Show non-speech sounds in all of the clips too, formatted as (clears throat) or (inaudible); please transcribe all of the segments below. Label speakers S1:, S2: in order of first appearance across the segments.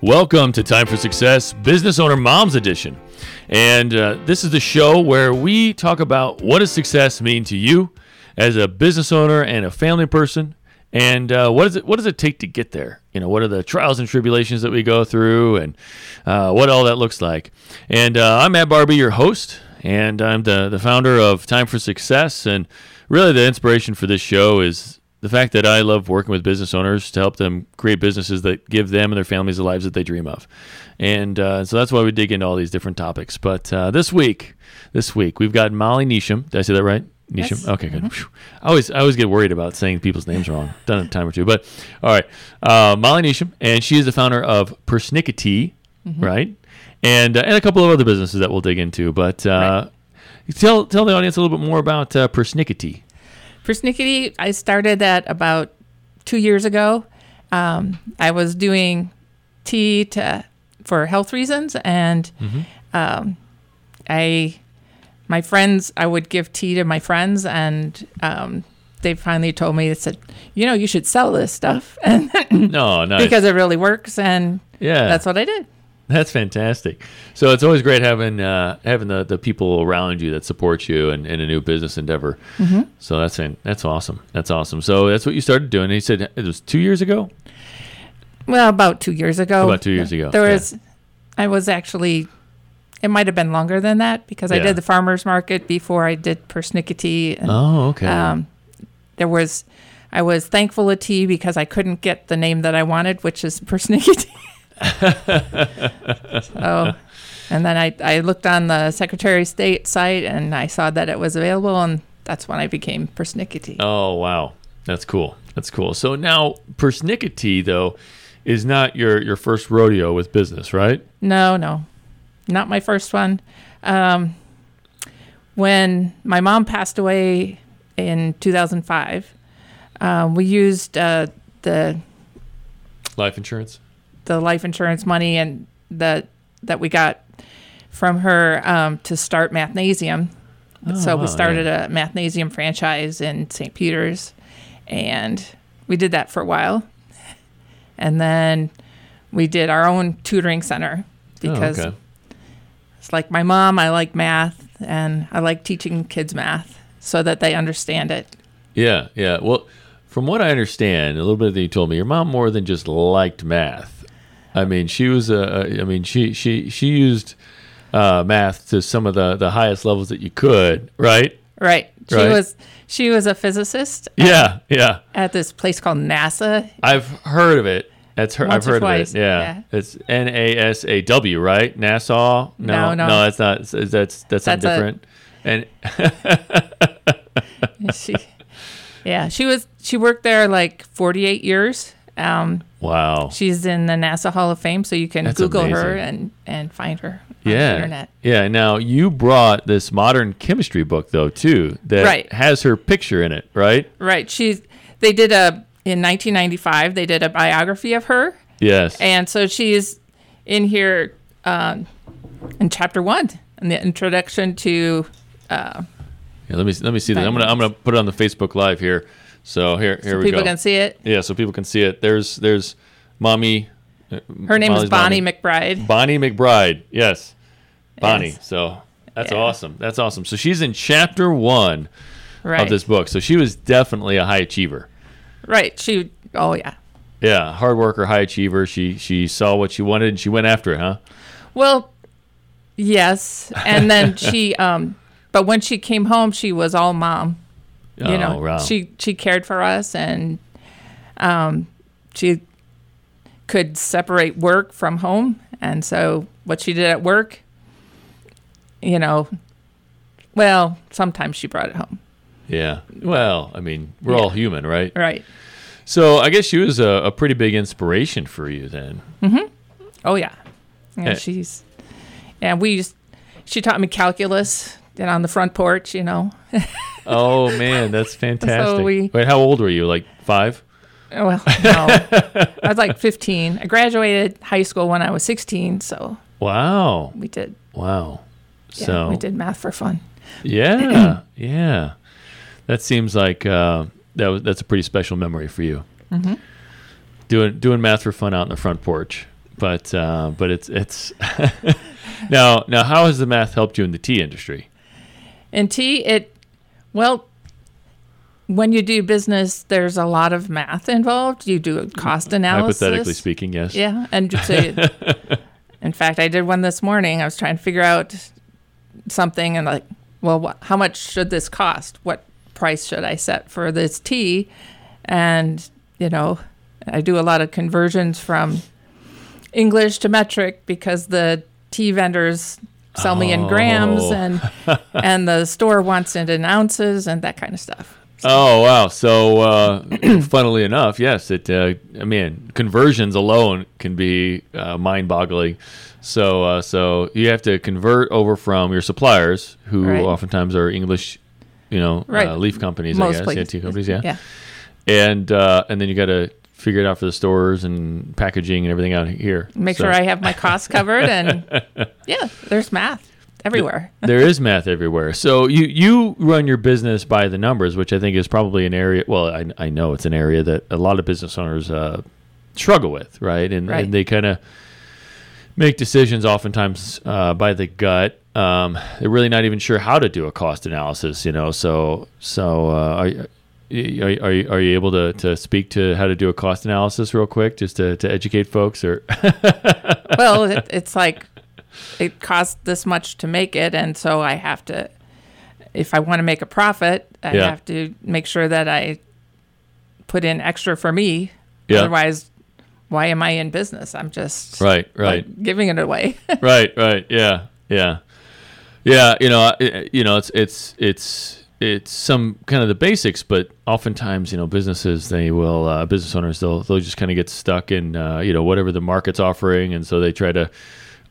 S1: Welcome to Time for Success Business Owner Moms Edition. And uh, this is the show where we talk about what does success mean to you as a business owner and a family person, and uh, what, is it, what does it take to get there? You know, what are the trials and tribulations that we go through and uh, what all that looks like? And uh, I'm Matt Barbie, your host, and I'm the, the founder of Time for Success. And really, the inspiration for this show is the fact that I love working with business owners to help them create businesses that give them and their families the lives that they dream of. And uh, so that's why we dig into all these different topics. But uh, this week, this week, we've got Molly Neesham. Did I say that right? Neesham.
S2: Yes. Mm-hmm.
S1: Okay, good. Phew. I always I always get worried about saying people's names wrong. (laughs) Done it a time or two, but all right. Uh, Molly Neesham, and she is the founder of Persnickety,
S2: Mm-hmm.
S1: right? And uh, and a couple of other businesses that we'll dig into. But uh, tell tell the audience a little bit more about uh,
S2: (laughs)
S1: Persnickety.
S2: Persnickety, I started that about two years ago. Um, I was doing tea to, for health reasons, and um, I, my friends, I would give tea to my friends, and um, they finally told me, they said, you know, you should sell this stuff (laughs) and
S1: No, nice.
S2: because it really works, and
S1: yeah,
S2: that's what I did.
S1: That's fantastic. So it's always great having uh, having the, the people around you that support you in, in a new business endeavor.
S2: Mm-hmm.
S1: So that's fan- that's awesome. That's awesome. So that's what you started doing. And you said it was two years ago.
S2: Well, about two years ago.
S1: About two years ago,
S2: There
S1: yeah.
S2: was, I was actually, it might have been longer than that because I
S1: Yeah.
S2: did the farmers market before I did persnickety. And,
S1: Oh, okay.
S2: um, there was, I was thankful to tea because I couldn't get the name that I wanted, which is persnickety. (laughs) so, and then I, I looked on the Secretary of State site and I saw that it was available, and that's when I became persnickety.
S1: oh, wow. That's cool. That's cool. So now persnickety though is not your your first rodeo with business, right?
S2: No, no, not my first one. Um, when my mom passed away in 2005, um, we used uh, the
S1: Life insurance.
S2: the life insurance money and the that we got from her um, to start Mathnasium. so
S1: Oh, wow,
S2: we started a Mathnasium franchise in St. Peter's, and we did that for a while, and then we did our own tutoring center because
S1: oh, okay.
S2: it's like my mom, I like math and I like teaching kids math so that they understand it.
S1: Yeah, yeah. Well, from what I understand, a little bit that you told me, your mom more than just liked math. I mean, she was a. a- I mean, she she she used uh, math to some of the the highest levels that you could. Right?
S2: Right. She
S1: Right.
S2: was she was a physicist
S1: Yeah, yeah.
S2: at this place called
S1: (laughs)
S2: NASA.
S1: I've heard of it. That's her.
S2: Once
S1: I've
S2: or
S1: heard
S2: twice,
S1: of it. Yeah.
S2: yeah.
S1: It's N A S A W, right? Nassau. No,
S2: No, no.
S1: that's not. That's that's, that's something
S2: That's a-
S1: different. and
S2: And she Yeah, she was she worked there like 48 years. Um,
S1: wow.
S2: she's in the NASA Hall of Fame, so you can
S1: That's
S2: Google her
S1: amazing.
S2: and and find her on
S1: yeah.
S2: the internet.
S1: Yeah. Now you brought this modern chemistry book though too that
S2: Right.
S1: has her picture in it, right?
S2: Right. She's they did a in 1995 they did a biography of her
S1: Yes.
S2: And so she's in here um, in chapter one, in the introduction to. Uh,
S1: Yeah, let me let me see this. I'm gonna I'm gonna put it on the Facebook Live here. So here here we
S2: people
S1: go.
S2: can see it.
S1: yeah, so people can see it. There's there's mommy uh,
S2: Her name
S1: Molly's
S2: is Bonnie
S1: mommy.
S2: McBride.
S1: Bonnie McBride. Yes. Bonnie.
S2: Yes.
S1: So that's
S2: Yeah.
S1: awesome. That's awesome. So she's in chapter one
S2: Right.
S1: of this book. So she was definitely a high achiever.
S2: Right. She. Oh yeah.
S1: Yeah, hard worker, high achiever. She she saw what she wanted and she went after it, huh?
S2: Well, yes. And
S1: (laughs)
S2: then she. Um, but when she came home, she was all mom. You
S1: oh,
S2: know,
S1: wow.
S2: she she cared for us, and um, she could separate work from home. And so, what she did at work, you know, well, sometimes she brought it home.
S1: Yeah. Well, I mean, we're all human, right?
S2: Right.
S1: So I guess she was a, a pretty big inspiration for you then.
S2: Oh yeah. And
S1: Eh.
S2: she's and we used she taught me calculus and on the front porch, you know.
S1: Oh man,
S2: (laughs)
S1: that's fantastic.
S2: we-
S1: Wait, how old were you? Like five?
S2: Oh, Well, no.
S1: (laughs)
S2: I was like 15. I graduated high school when I was 16, so
S1: Wow.
S2: we did
S1: Wow.
S2: yeah,
S1: so
S2: we did math for fun. (clears throat)
S1: yeah, yeah. That seems like uh, that was
S2: Mm-hmm.
S1: that's a pretty special memory for you. Doing doing math for fun out in the front porch. But uh, but it's it's (laughs) now now how has the math helped you in the tea industry?
S2: In tea, it, well, when you do business, there's a lot of math involved. You do cost analysis.
S1: Hypothetically speaking, yes.
S2: Yeah. And so,
S1: (laughs)
S2: in fact, I did one this morning. I was trying to figure out something and, like, well, wh- how much should this cost? What price should I set for this tea? And, you know, I do a lot of conversions from English to metric because the tea vendors sell me in grams
S1: Oh.
S2: and and the store wants it in ounces and that kind of stuff.
S1: Oh wow! So, uh, (clears throat) funnily enough, yes, it. Uh, I mean, conversions alone can be uh, mind-boggling. So, uh, so you have to convert over from your suppliers, who
S2: Right.
S1: oftentimes are English, you know,
S2: Right.
S1: uh, leaf companies, I guess,
S2: Mostly.
S1: yeah, tea companies, yeah,
S2: Yeah.
S1: and uh, and then you got to figure it out for the stores and packaging and everything out here.
S2: Make
S1: So
S2: sure I have my costs covered and
S1: (laughs)
S2: yeah, there's math everywhere.
S1: there is math everywhere. So you you run your business by the numbers, which I think is probably an area. Well, I, I know it's an area that a lot of business owners uh, struggle with, right? And,
S2: Right.
S1: and they kind of make decisions oftentimes uh, by the gut. Um, they're really not even sure how to do a cost analysis, you know. So so uh, are. you- Are, you- are, you, are you able to, to speak to how to do a cost analysis real quick just to, to educate folks
S2: (laughs)
S1: or
S2: well, it, it's like it costs this much to make it, and so I have to, if I want to make a profit, I
S1: Yeah.
S2: have to make sure that I put in extra for me.
S1: Yeah.
S2: Otherwise, why am I in business? I'm just
S1: right right
S2: like, giving it away. (laughs)
S1: right right yeah yeah yeah you know I- I, you know it's it's it's it's some kind of the basics but oftentimes you know businesses they will uh, business owners they'll they'll just kind of get stuck in uh, you know whatever the market's offering and so they try to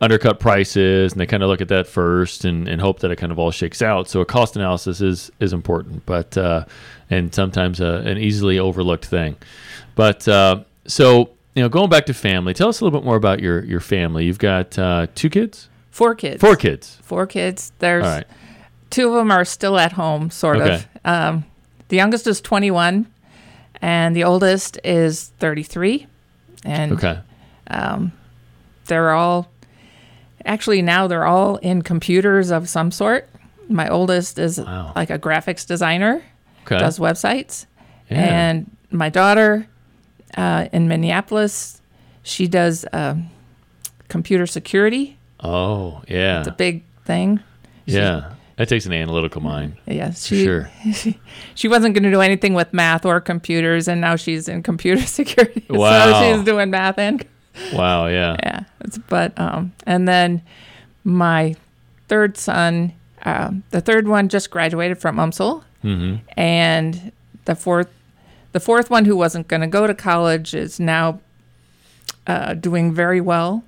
S1: undercut prices and they kind of look at that first and, and hope that it kind of all shakes out so a cost analysis is is important but uh, and sometimes uh an easily overlooked thing but uh, so you know going back to family tell us a little bit more about your your family you've got uh, two kids
S2: Four kids.
S1: Four kids.
S2: Four kids. There's
S1: All right.
S2: two of them are still at home, sort
S1: Okay.
S2: of. Um, the youngest is 21, and the oldest is 33. And
S1: Okay.
S2: they're all actually now they're all in computers of some sort. My oldest is
S1: Wow.
S2: like a graphics designer,
S1: Okay.
S2: does websites,
S1: Yeah.
S2: and my daughter uh, in Minneapolis, she does um, computer security.
S1: oh, yeah.
S2: It's a big thing.
S1: yeah. That takes an analytical mind.
S2: Yes,
S1: For
S2: she
S1: sure.
S2: she, (laughs) she wasn't going to do anything with math or computers, and now she's in computer (laughs) security.
S1: Wow.
S2: So she's doing math and
S1: Wow. Yeah.
S2: yeah. It's, but um, and then my third son, um, the third one just graduated from UMSL,
S1: Mm-hmm.
S2: and the fourth, the fourth one who wasn't going to go to college is now uh, doing very well,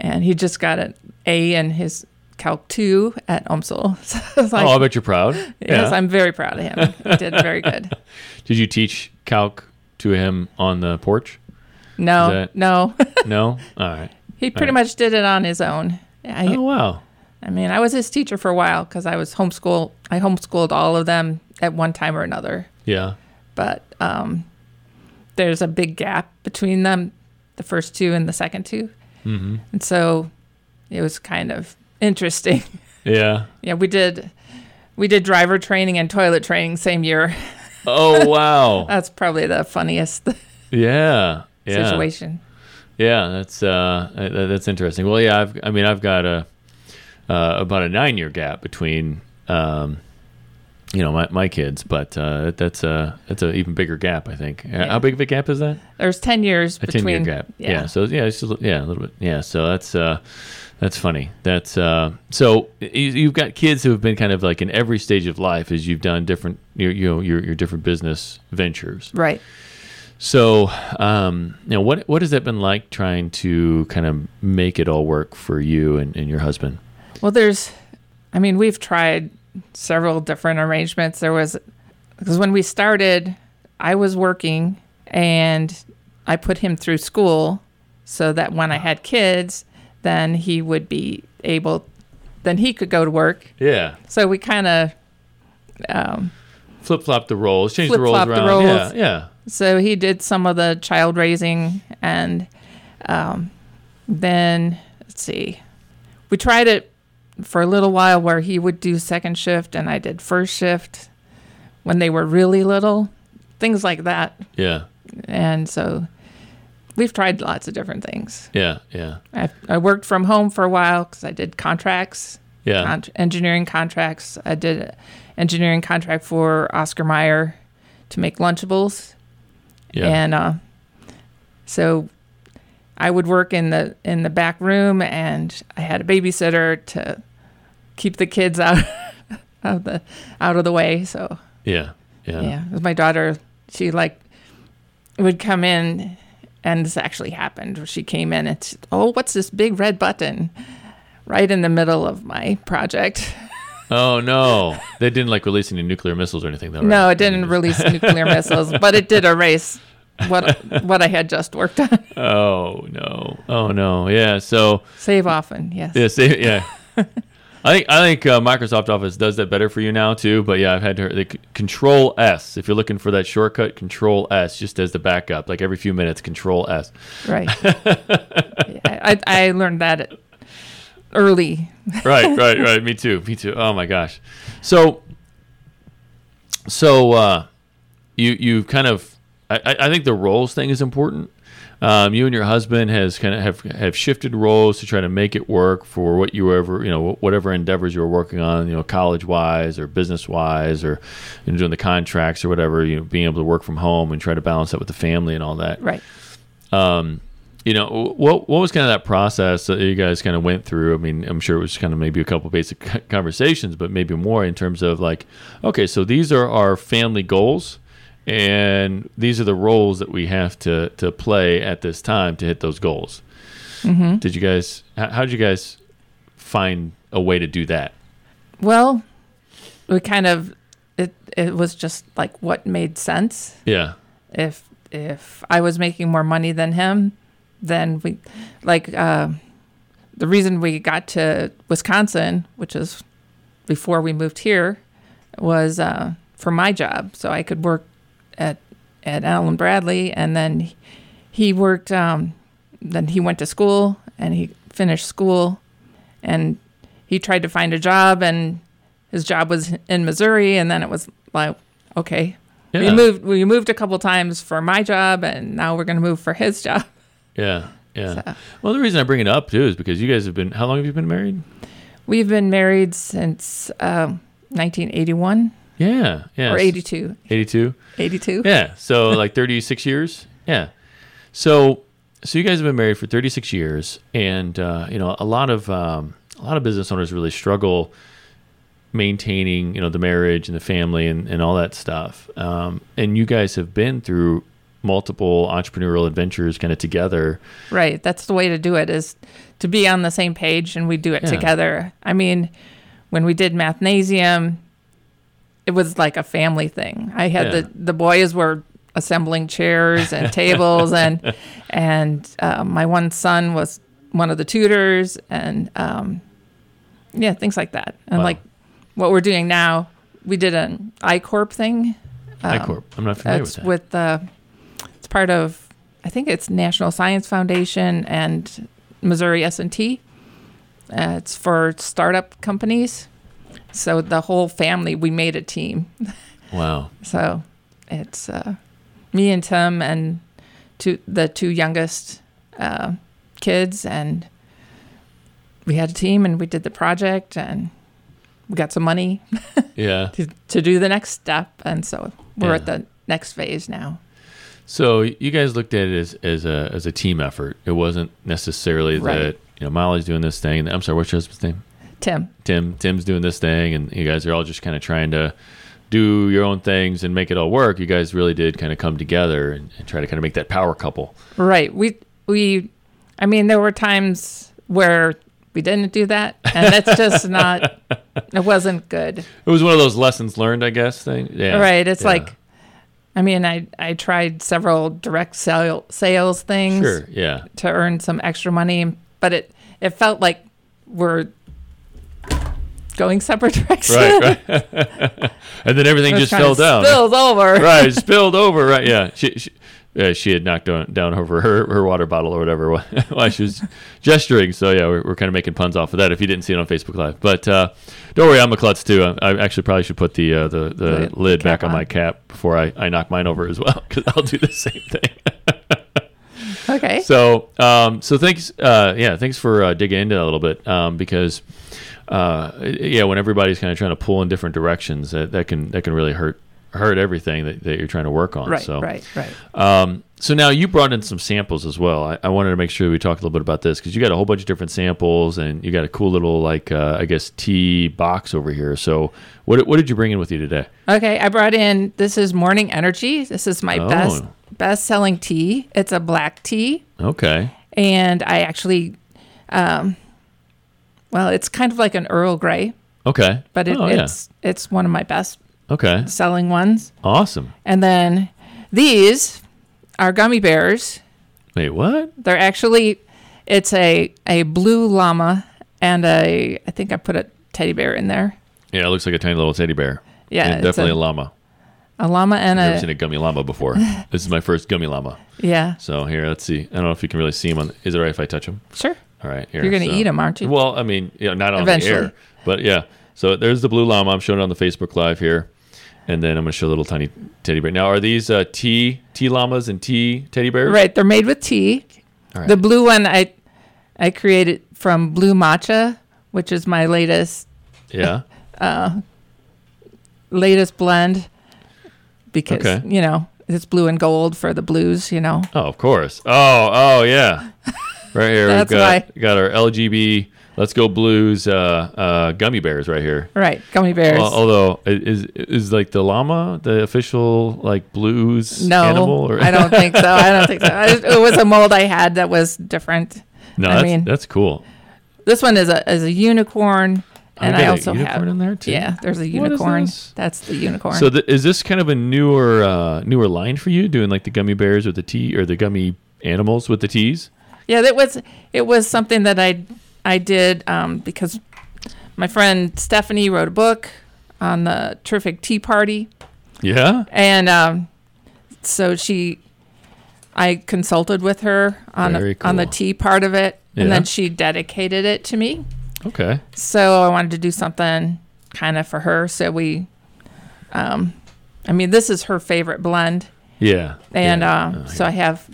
S2: and he just got an A in his Calc two at UMSL. (laughs) So it's like,
S1: oh, I bet you're proud.
S2: Yes,
S1: yeah.
S2: I'm very proud of him. He did very good.
S1: Did you teach calc to him on the
S2: (laughs)
S1: porch?
S2: No,
S1: That-
S2: no. (laughs)
S1: No. All right.
S2: he pretty much did it on his own. I,
S1: Oh, wow.
S2: I mean, I was his teacher for a while because I was homeschool. I homeschooled all of them at one time or another.
S1: Yeah.
S2: But um, there's a big gap between them, the first two and the second two,
S1: Mm-hmm.
S2: and so it was kind of interesting. (laughs)
S1: Yeah.
S2: yeah, we did. We did driver training and toilet training same year. (laughs)
S1: Oh, wow.
S2: That's probably the funniest (laughs)
S1: yeah. Yeah.
S2: situation.
S1: Yeah, that's uh, uh, that's interesting. Well, yeah, I've, I mean, I've got a uh, about a nine year gap between um, you know my, my kids, but uh, that's a that's a even bigger gap. I think. Uh,
S2: Yeah.
S1: How big of a gap is that?
S2: There's ten years
S1: A ten year
S2: between.
S1: gap. Yeah. So yeah, it's just, a li- yeah, a little bit. Yeah. So that's uh, that's funny. That's uh, so y- you've got kids who have been kind of like in every stage of life as you've done different you you know your your different business ventures.
S2: Right.
S1: So, um, you know, what what has that been like trying to kind of make it all work for you and, and your husband?
S2: Well, there's, I mean, we've tried several different arrangements. There was, because when we started, I was working and I put him through school so that when I had kids, then he would be able, then he could go to work.
S1: Yeah,
S2: So we kind of, um,
S1: flip flop the roles, change the roles
S2: Flip-flop the
S1: around.
S2: roles.
S1: Yeah,
S2: so he did some of the child raising and um, Then let's see, we tried it for a little while where he would do second shift and I did first shift when they were really little, things like that.
S1: Yeah.
S2: And so we've tried lots of different things.
S1: Yeah. Yeah.
S2: I, I worked from home for a while because I did contracts,
S1: Yeah.
S2: con- engineering contracts. I did an engineering contract for Oscar Mayer to make Lunchables,
S1: yeah.
S2: and uh, so I would work in the in the back room, and I had a babysitter to keep the kids out (laughs) of the out of the way. So
S1: yeah. Yeah.
S2: yeah, it was my daughter. She like would come in, and this actually happened. She came in and she, oh, what's this big red button right in the middle of my project?
S1: Oh no, they didn't like release any nuclear missiles or anything, though.
S2: No,
S1: right? (laughs)
S2: it didn't release nuclear missiles, but it did erase what what I had just worked on. (laughs)
S1: Oh no. Oh no. Yeah. So
S2: Save often, yes.
S1: yeah. Say, yeah. (laughs) I think I think uh, Microsoft Office does that better for you now too. But yeah, I've had her the c- Control S. If you're looking for that shortcut, Control S just as the backup. Like every few minutes, Control S.
S2: Right. Yeah, I, I learned that at- early.
S1: (laughs) right, right, right. Me too. Me too. Oh my gosh. So, so uh, you you kind of I, I- I think the roles thing is important. Um, you and your husband has kind of have, have shifted roles to try to make it work for what you ever you know whatever endeavors you were working on you know college wise or business wise or you know, doing the contracts or whatever you know being able to work from home and try to balance that with the family and all that
S2: Right.
S1: um, you know wh- what what was kind of that process that you guys kind of went through i mean i'm sure it was kind of maybe a couple basic co- conversations but maybe more in terms of like okay so these are our family goals and these are the roles that we have to to play at this time to hit those goals
S2: Mm-hmm.
S1: did you guys h- how did you guys find a way to do that
S2: Well, we kind of it it was just like what made sense.
S1: yeah
S2: if if I was making more money than him, then we like uh, the reason we got to Wisconsin, which is before we moved here, was uh, for my job, so I could work at at Allen Bradley, and then he worked. Um, then he went to school and he finished school, and he tried to find a job, and his job was in Missouri, and then it was like, okay,
S1: yeah
S2: we moved. We moved a couple times for my job, and now we're going to move for his (laughs) job.
S1: yeah yeah
S2: So.
S1: well the reason i bring it up too is because you guys have been how long have you been married
S2: We've been married since um, 1981
S1: yeah yeah
S2: or 82.
S1: 82
S2: 82.
S1: Yeah.
S2: (laughs)
S1: So like 36 years. Yeah. So so you guys have been married for 36 years, and uh, you know a lot of um, a lot of business owners really struggle maintaining you know the marriage and the family and, and all that stuff. Um, and you guys have been through multiple entrepreneurial adventures kind of together.
S2: Right. That's the way to do it is to be on the same page and we do it
S1: Yeah.
S2: together. I mean, when we did Mathnasium, it was like a family thing. I had
S1: Yeah.
S2: the the boys were assembling
S1: (laughs)
S2: chairs and tables and and um, my one son was one of the tutors and um, yeah, things like that. And
S1: Wow.
S2: like what we're doing now, we did an I Corp thing. um,
S1: I Corp. I'm not familiar with
S2: That's
S1: that.
S2: with the. It's part of, I think it's National Science Foundation and Missouri S and T. Uh, it's for startup companies, so the whole family we made a team.
S1: wow.
S2: So it's uh, me and Tim and two the two youngest uh, kids, and we had a team and we did the project and we got some money
S1: Yeah.
S2: to, to do the next step, and so we're at
S1: Yeah.
S2: the next phase now.
S1: So you guys looked at it as, as a as a team effort. It wasn't necessarily
S2: Right.
S1: that you know Molly's doing this thing. I'm sorry. What's your husband's name?
S2: Tim,
S1: Tim Tim's doing this thing and you guys are all just kind of trying to do your own things and make it all work. You guys really did kind of come together and, and try to kind of make that power couple.
S2: Right. We we I mean there were times where we didn't do that and that's
S1: (laughs)
S2: just not it wasn't good.
S1: It was one of those lessons learned, I guess, thing. Yeah.
S2: Right. It's
S1: Yeah.
S2: like I mean I I tried several direct sale, sales things
S1: Sure.
S2: (laughs)
S1: Yeah.
S2: to earn some extra money, but it it felt like we're going separate (laughs) directions.
S1: Right. (laughs) right. and then everything
S2: It
S1: just
S2: was kind
S1: fell
S2: of
S1: down. (laughs)
S2: (laughs) Spills over.
S1: right. Spilled over. Right. Yeah. She, she, uh, she had knocked down, down over her, her water bottle or whatever (laughs) while she was gesturing. So yeah, we're, we're kind of making puns off of that. If you didn't see it on Facebook Live, but uh, don't worry, I'm a klutz too. I, I actually probably should put the uh, the, the
S2: The
S1: lid
S2: cap
S1: back on.
S2: on.
S1: my cap before I, I knock mine over as well (laughs) because I'll do the
S2: (laughs)
S1: same thing.
S2: Okay.
S1: So, um, so thanks, uh, yeah, thanks for uh, digging into that a little bit um, because, uh, yeah, when everybody's kind of trying to pull in different directions, that, that can that can really hurt hurt everything that, that you're trying to work on.
S2: right.
S1: so,
S2: Right. Right.
S1: Um, so now you brought in some samples as well. I, I wanted to make sure we talked a little bit about this because you got a whole bunch of different samples and you got a cool little like uh, I guess tea box over here. So, what what did you bring in with you today?
S2: Okay, I brought in this is Morning Energy. This is my best
S1: Oh.
S2: best selling tea. It's a black tea,
S1: Okay,
S2: and I actually, um, well, it's kind of like an Earl Grey,
S1: okay,
S2: but it,
S1: oh, yeah.
S2: it's it's one of my best
S1: okay,
S2: selling ones.
S1: awesome.
S2: And then these are gummy bears.
S1: Wait, what?
S2: They're actually it's a a blue llama and a I think I put a teddy bear in there.
S1: Yeah, it looks like a tiny little teddy bear.
S2: Yeah,
S1: and
S2: it's
S1: definitely a,
S2: a-
S1: llama.
S2: A llama and
S1: I've never seen
S2: a
S1: a gummy llama
S2: (laughs)
S1: before. this is my first gummy llama.
S2: yeah.
S1: So here, let's see. I don't know if you can really see them. On, is it all right if I touch them?
S2: Sure,
S1: All right, here.
S2: you're gonna
S1: so-
S2: eat them, aren't you?
S1: Well, I mean, you know, not on
S2: Eventually.
S1: the air, but yeah. So there's the blue llama. I'm showing it on the Facebook Live here, and then I'm gonna show a little tiny teddy bear. Now, are these uh, tea tea llamas and tea teddy bears?
S2: Right, they're made with tea.
S1: All right.
S2: The blue one I I created from blue matcha, which is my latest
S1: Yeah.
S2: latest blend because
S1: Okay.
S2: you know it's blue and gold for the blues. You know,
S1: Oh, of course. Oh, oh yeah. Right
S2: (laughs)
S1: here,
S2: That's
S1: we've got
S2: why.
S1: got our LGB. Let's go blues uh, uh, gummy bears right here.
S2: right? Gummy bears.
S1: Al- although i- is is like the llama the official like blues
S2: no,
S1: animal or
S2: I don't think so. I don't think so. I, it was a mold I had that was different.
S1: (laughs) no
S2: I
S1: that's,
S2: mean-
S1: that's cool
S2: This one is a is a unicorn, and
S1: got
S2: I
S1: a
S2: also
S1: unicorn
S2: have
S1: in there too
S2: yeah. There's a
S1: is
S2: unicorn.
S1: this?
S2: That's the unicorn.
S1: so th- is this kind of a newer uh, newer line for you doing like the gummy bears or the tea or the gummy animals with the teas
S2: Yeah, that was it was something that I I did um, because my friend Stephanie wrote a book on the terrific tea party,
S1: yeah
S2: and um, so she I consulted with her on
S1: Very
S2: on the
S1: cool.
S2: tea part of it, and
S1: Yeah.
S2: then she dedicated it to me.
S1: okay
S2: So I wanted to do something kind of for her. So we, um, I mean, this is her favorite blend.
S1: yeah
S2: And
S1: yeah.
S2: uh,
S1: Oh,
S2: so I have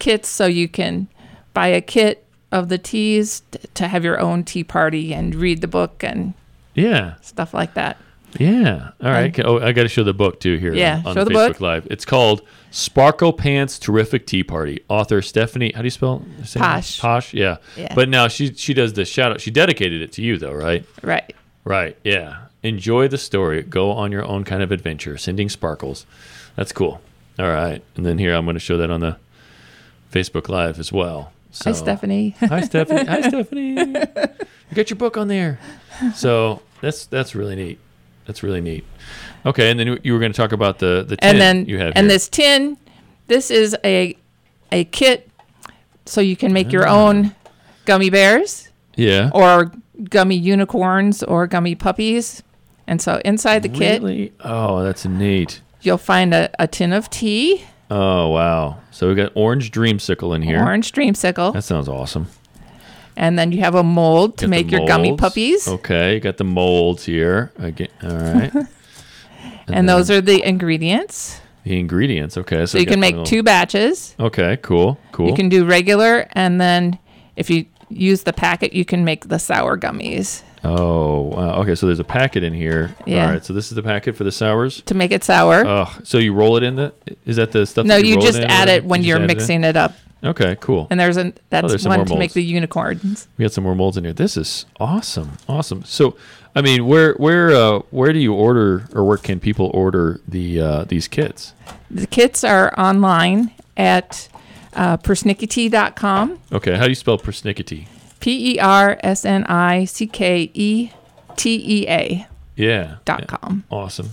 S2: kits, so you can buy a kit of the teas t- to have your own tea party and read the book and
S1: yeah
S2: stuff like that.
S1: yeah all right oh i gotta show the book too here
S2: Yeah,
S1: on
S2: show
S1: the
S2: the
S1: facebook
S2: book.
S1: live it's called sparkle pants terrific tea party author stephanie how do you spell say her name?
S2: Posh.
S1: posh yeah.
S2: Yeah.
S1: but now she she does the shout out she dedicated it to you though right
S2: Right.
S1: Right. Yeah. Enjoy the story. Go on your own kind of adventure, sending sparkles. That's cool. All right. And then here I'm going to show that on the Facebook Live as well. So,
S2: Hi, Stephanie. (laughs)
S1: Hi Stephanie. Hi Stephanie. You got your book on there. So that's that's really neat. That's really neat. Okay, and then you- you were going to talk about the the tin
S2: and then
S1: you have
S2: and
S1: here.
S2: this tin, this is a a kit, so you can make
S1: Ah.
S2: your own gummy bears
S1: yeah
S2: or gummy unicorns or gummy puppies. And so inside the kit,
S1: really oh that's neat
S2: you'll find a, a tin of tea,
S1: oh wow so we got orange dreamsicle in here
S2: orange dreamsicle,
S1: that sounds awesome
S2: and then you have a mold to
S1: Got the
S2: make your gummy
S1: molds.
S2: puppies.
S1: Okay, you got the molds here. Again, all
S2: (laughs)
S1: right. and
S2: And those are the ingredients.
S1: the ingredients. Okay,
S2: So you
S1: got the
S2: can make
S1: little-
S2: two batches.
S1: Okay, cool, cool.
S2: You can do regular, and then if you use the packet, you can make the sour gummies
S1: oh, wow. okay. So there's a packet in here.
S2: Yeah.
S1: All right. So this is the packet for the sours.
S2: to make it sour.
S1: Oh, so you roll it in the? Is that the stuff?
S2: no,
S1: that you,
S2: you
S1: roll
S2: just
S1: it in or
S2: add it
S1: whatever?
S2: when
S1: You
S2: you're
S1: just add it in?
S2: mixing it up.
S1: Okay, cool.
S2: And there's an that's
S1: there's some more
S2: one to make
S1: molds.
S2: the unicorns.
S1: We got some more molds in here. This is awesome, awesome. So, I mean, where where uh, where do you order, or where can people order the uh, these kits?
S2: The kits are online at uh, persnickety.com.
S1: Okay, how do you spell persnickety?
S2: P E R S N I C K E T E A
S1: Yeah.
S2: dot
S1: yeah.
S2: com.
S1: Awesome.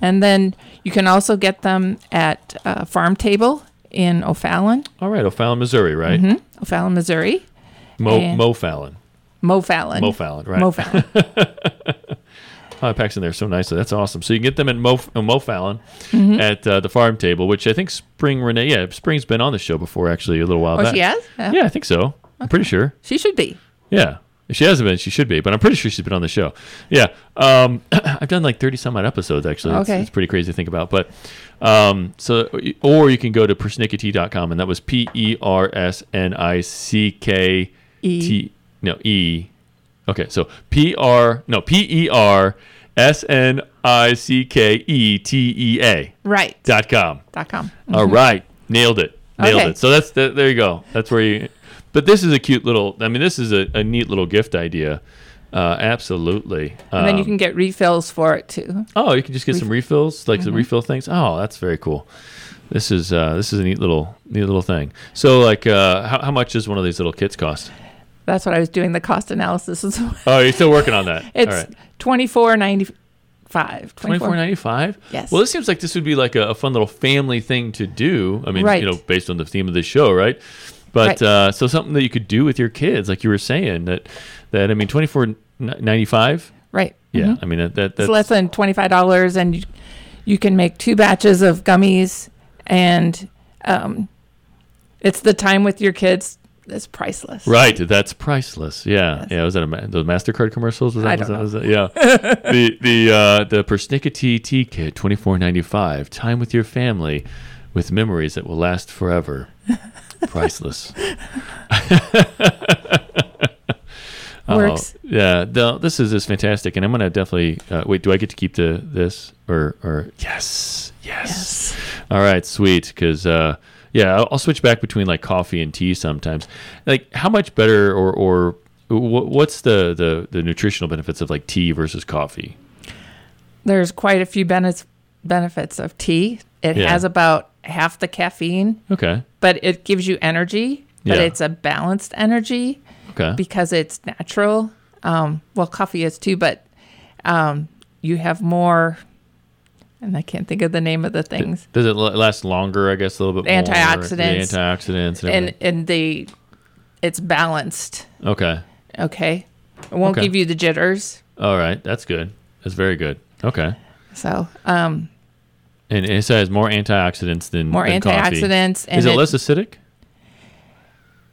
S2: And then you can also get them at uh, Farm Table in O'Fallon,
S1: All right, O'Fallon, Missouri, right?
S2: Mm-hmm. O'Fallon, Missouri.
S1: Mo
S2: And-
S1: Mo Fallon.
S2: Mo
S1: (laughs)
S2: Fallon.
S1: Mo Fallon, right?
S2: Mo Fallon.
S1: Oh, it packs in there so nicely. That's awesome. So you can get them at Mo, uh, Mo Fallon
S2: Mm-hmm.
S1: at uh, the farm table, which I think Spring Renee, yeah, Spring's been on the show before actually a little while
S2: Oh,
S1: back.
S2: she has? Yeah.
S1: Yeah, I think so. I'm pretty sure.
S2: She should be.
S1: Yeah. If she hasn't been, she should be, but I'm pretty sure she's been on the show. Yeah. Um, (clears throat) I've done like 30 some odd episodes, actually. It's-
S2: Okay.
S1: It's, pretty crazy to think about. But um, so, or you can go to persnickety.com, and that was P E R S N I C K T. No, E. Okay. So P R, no, P E R S N I C K E T E A
S2: Right.
S1: dot com.
S2: Dot com.
S1: All right, nailed it, nailed
S2: Mm-hmm. Okay.
S1: it. So that's the, there you go. That's where you. But this is a cute little. I mean, this is a, a neat little gift idea. Uh, absolutely.
S2: And then you
S1: Um,
S2: can get refills for it too.
S1: oh, you can just get some refills, like
S2: Mm-hmm.
S1: the refill things. Oh, that's very cool. This is uh, this is a neat little neat little thing. So like, uh, how, how much does one of these little kits cost?
S2: That's what I was doing the cost analysis. (laughs) It's
S1: Oh, you're still working on that. All right.
S2: it's twenty four ninety five.
S1: Twenty four ninety five.
S2: Yes.
S1: Well, this seems like this would be like a, a fun little family thing to do. I mean,
S2: Right.
S1: you know, based on the theme of the show, right? But
S2: Right.
S1: uh, so something that you could do with your kids, like you were saying that that I mean, twenty four ninety five.
S2: Right.
S1: Yeah.
S2: Mhm.
S1: I mean that, that
S2: It's
S1: that's
S2: less than twenty five dollars, and you, you can make two batches of gummies, and um, it's the time with your kids that's priceless.
S1: right. That's priceless. Yeah.
S2: Yes.
S1: Yeah. Was that a, ma- those Mastercard commercials? Was that,
S2: I
S1: was
S2: don't
S1: that- was that-
S2: (laughs)
S1: yeah. the the uh, the persnickety tea kit twenty four ninety five. Time with your family, with memories that will last
S2: (laughs)
S1: forever. Priceless.
S2: Works.
S1: (laughs) Oh, yeah, no, this is is fantastic, and I'm gonna definitely uh, wait. Do I get to keep the this or or yes, yes. All right, sweet. Because uh, yeah, I'll, I'll switch back between like coffee and tea sometimes. Like, how much better or or wh- what's the the the nutritional benefits of like tea versus coffee?
S2: There's quite a few benefits benefits of tea. It
S1: Yeah.
S2: has about half the caffeine,
S1: Okay,
S2: but it gives you energy. But
S1: Yeah.
S2: it's a balanced energy.
S1: okay,
S2: because it's natural. Um, well, coffee is too, but um, you have more, and I can't think of the name of the things.
S1: does it l- last longer? I guess a little bit more? The
S2: Antioxidants.
S1: antioxidants, and,
S2: And
S1: everything.
S2: and they, it's balanced.
S1: okay,
S2: Okay, it won't
S1: Okay.
S2: give you the jitters.
S1: all right, that's good. That's very good. Okay.
S2: So um,
S1: And it has more antioxidants than
S2: more
S1: than coffee.
S2: antioxidants, and
S1: Is it,
S2: it-
S1: less acidic?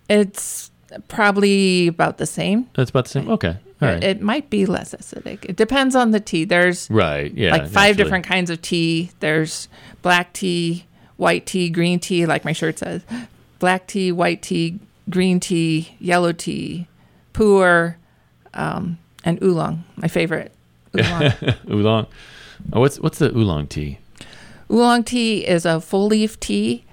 S2: it's probably about the same.
S1: That's about the same. Okay. All right.
S2: It might be less acidic. It depends on the tea. There's
S1: right. Yeah.
S2: like five
S1: naturally.
S2: different kinds of tea. There's black tea, white tea, green tea, like my shirt says. Black tea, white tea, green tea, yellow tea, pu'er, um, and oolong, my favorite. Oolong.
S1: oolong. Oh, what's what's the oolong tea?
S2: oolong tea is a full leaf tea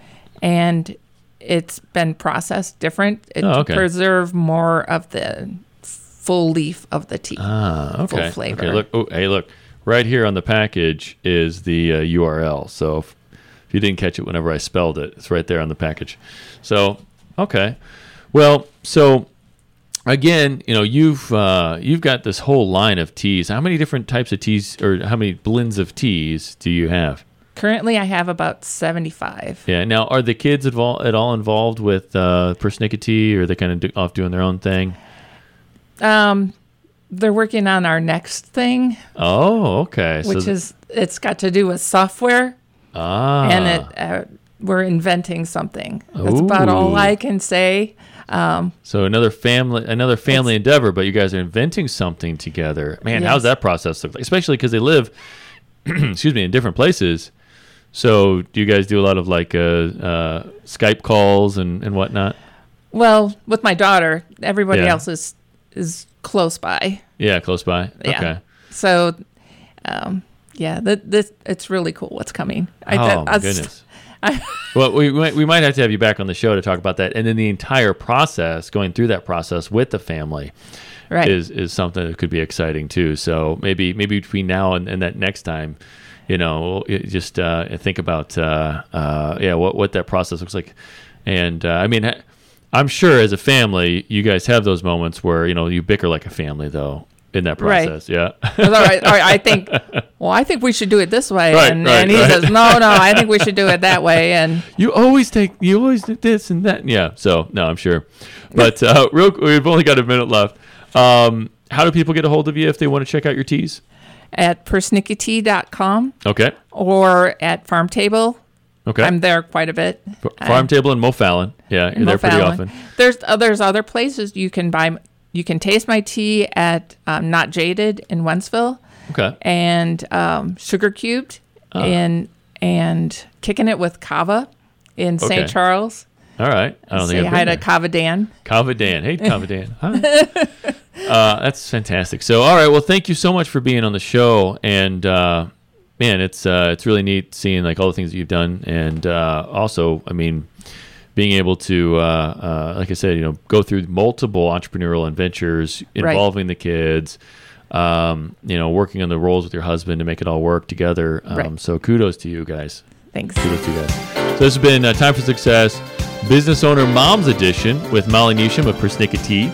S2: and it's been processed different it
S1: Oh, okay.
S2: preserve more of the full leaf of the tea.
S1: Ah,
S2: Full
S1: okay.
S2: flavor.
S1: Okay. Look. Oh, hey, look. Right here on the package is the uh, URL. So if, if you didn't catch it whenever I spelled it, it's right there on the package. So okay. Well, so again, you know, you've uh, you've got this whole line of teas. How many different types of teas, or how many blends of teas do you have?
S2: Currently I have about 75.
S1: Yeah. Now, are the kids at all, at all involved with uh, persnickety, or are they kind of do, off doing their own thing?
S2: Um they're working on our next thing.
S1: Oh, okay.
S2: which is it's got to do with software
S1: ah,
S2: and it uh, we're inventing something that's about all
S1: Ooh.
S2: i can say
S1: so another family, another family endeavor. But you guys are inventing something together. Man, how's
S2: Yes.
S1: that process look like? Especially because they live, (clears throat) excuse me, in different places. So do you guys do a lot of like uh, uh, Skype calls and, and whatnot?
S2: well with my daughter everybody
S1: Yeah.
S2: else is is close by
S1: Yeah, close by.
S2: Yeah.
S1: Okay.
S2: so um yeah that this it's really cool what's coming
S1: oh
S2: that-
S1: my
S2: (laughs)
S1: goodness. well, we might, we might have to have you back on the show to talk about that, and then the entire process, going through that process with the family,
S2: right
S1: is is something that could be exciting too. So maybe maybe between now and, and that next time, you know, it- just uh, think about uh, uh, yeah what what that process looks like, and uh, I mean. ha- I'm sure as a family, you guys have those moments where you know you bicker like a family, though, in that
S2: Right.
S1: process. Yeah, (laughs)
S2: all right, all right, I think. Well, I think we should do it this way,
S1: Right,
S2: and,
S1: right,
S2: and he
S1: right.
S2: says, "No, no, I think we should do it that way."
S1: (laughs)
S2: And
S1: you always take you always did this (laughs) and that yeah so no i'm sure but uh real we've only got a minute left um How do people get a hold of you if they want to check out your teas?
S2: at persnicketea.com
S1: Okay.
S2: or at Farm Table.
S1: Okay.
S2: I'm there quite a bit.
S1: F- Farm Table and Mo Fallon. Yeah, you're
S2: Mo
S1: there pretty
S2: Fallon.
S1: often.
S2: There's uh, there's other places you can buy. m- You can taste my tea at um, Not Jaded in Wentzville
S1: Okay.
S2: and um, Sugar Cubed
S1: Ah.
S2: in and Kicking It with Kava in
S1: Okay.
S2: St. Charles.
S1: All right. I don't
S2: Say
S1: think I've
S2: hi
S1: been
S2: to
S1: there.
S2: Kava Dan.
S1: Kava Dan. Hey, Kava Dan. Hi. Uh, that's fantastic. So, all right. Well, thank you so much for being on the show. And uh, man, it's uh, it's really neat seeing like all the things that you've done, and uh, also, I mean, being able to, uh, uh, like I said, you know, go through multiple entrepreneurial adventures
S2: Right.
S1: involving the kids. Um, you know, working on the roles with your husband to make it all work together. Um,
S2: Right.
S1: So, kudos to you guys.
S2: Thanks.
S1: Kudos to you guys. So this has been uh, Time for Success, Business Owner Moms Edition with Molly Newsham of Persnickety.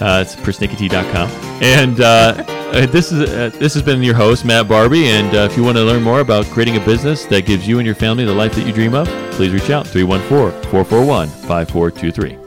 S1: Uh, it's persnickety.com. And uh, (laughs) uh, this is uh, this has been your host, Matt Barbie. And uh, if you want to learn more about creating a business that gives you and your family the life that you dream of, please reach out 314 441 5423.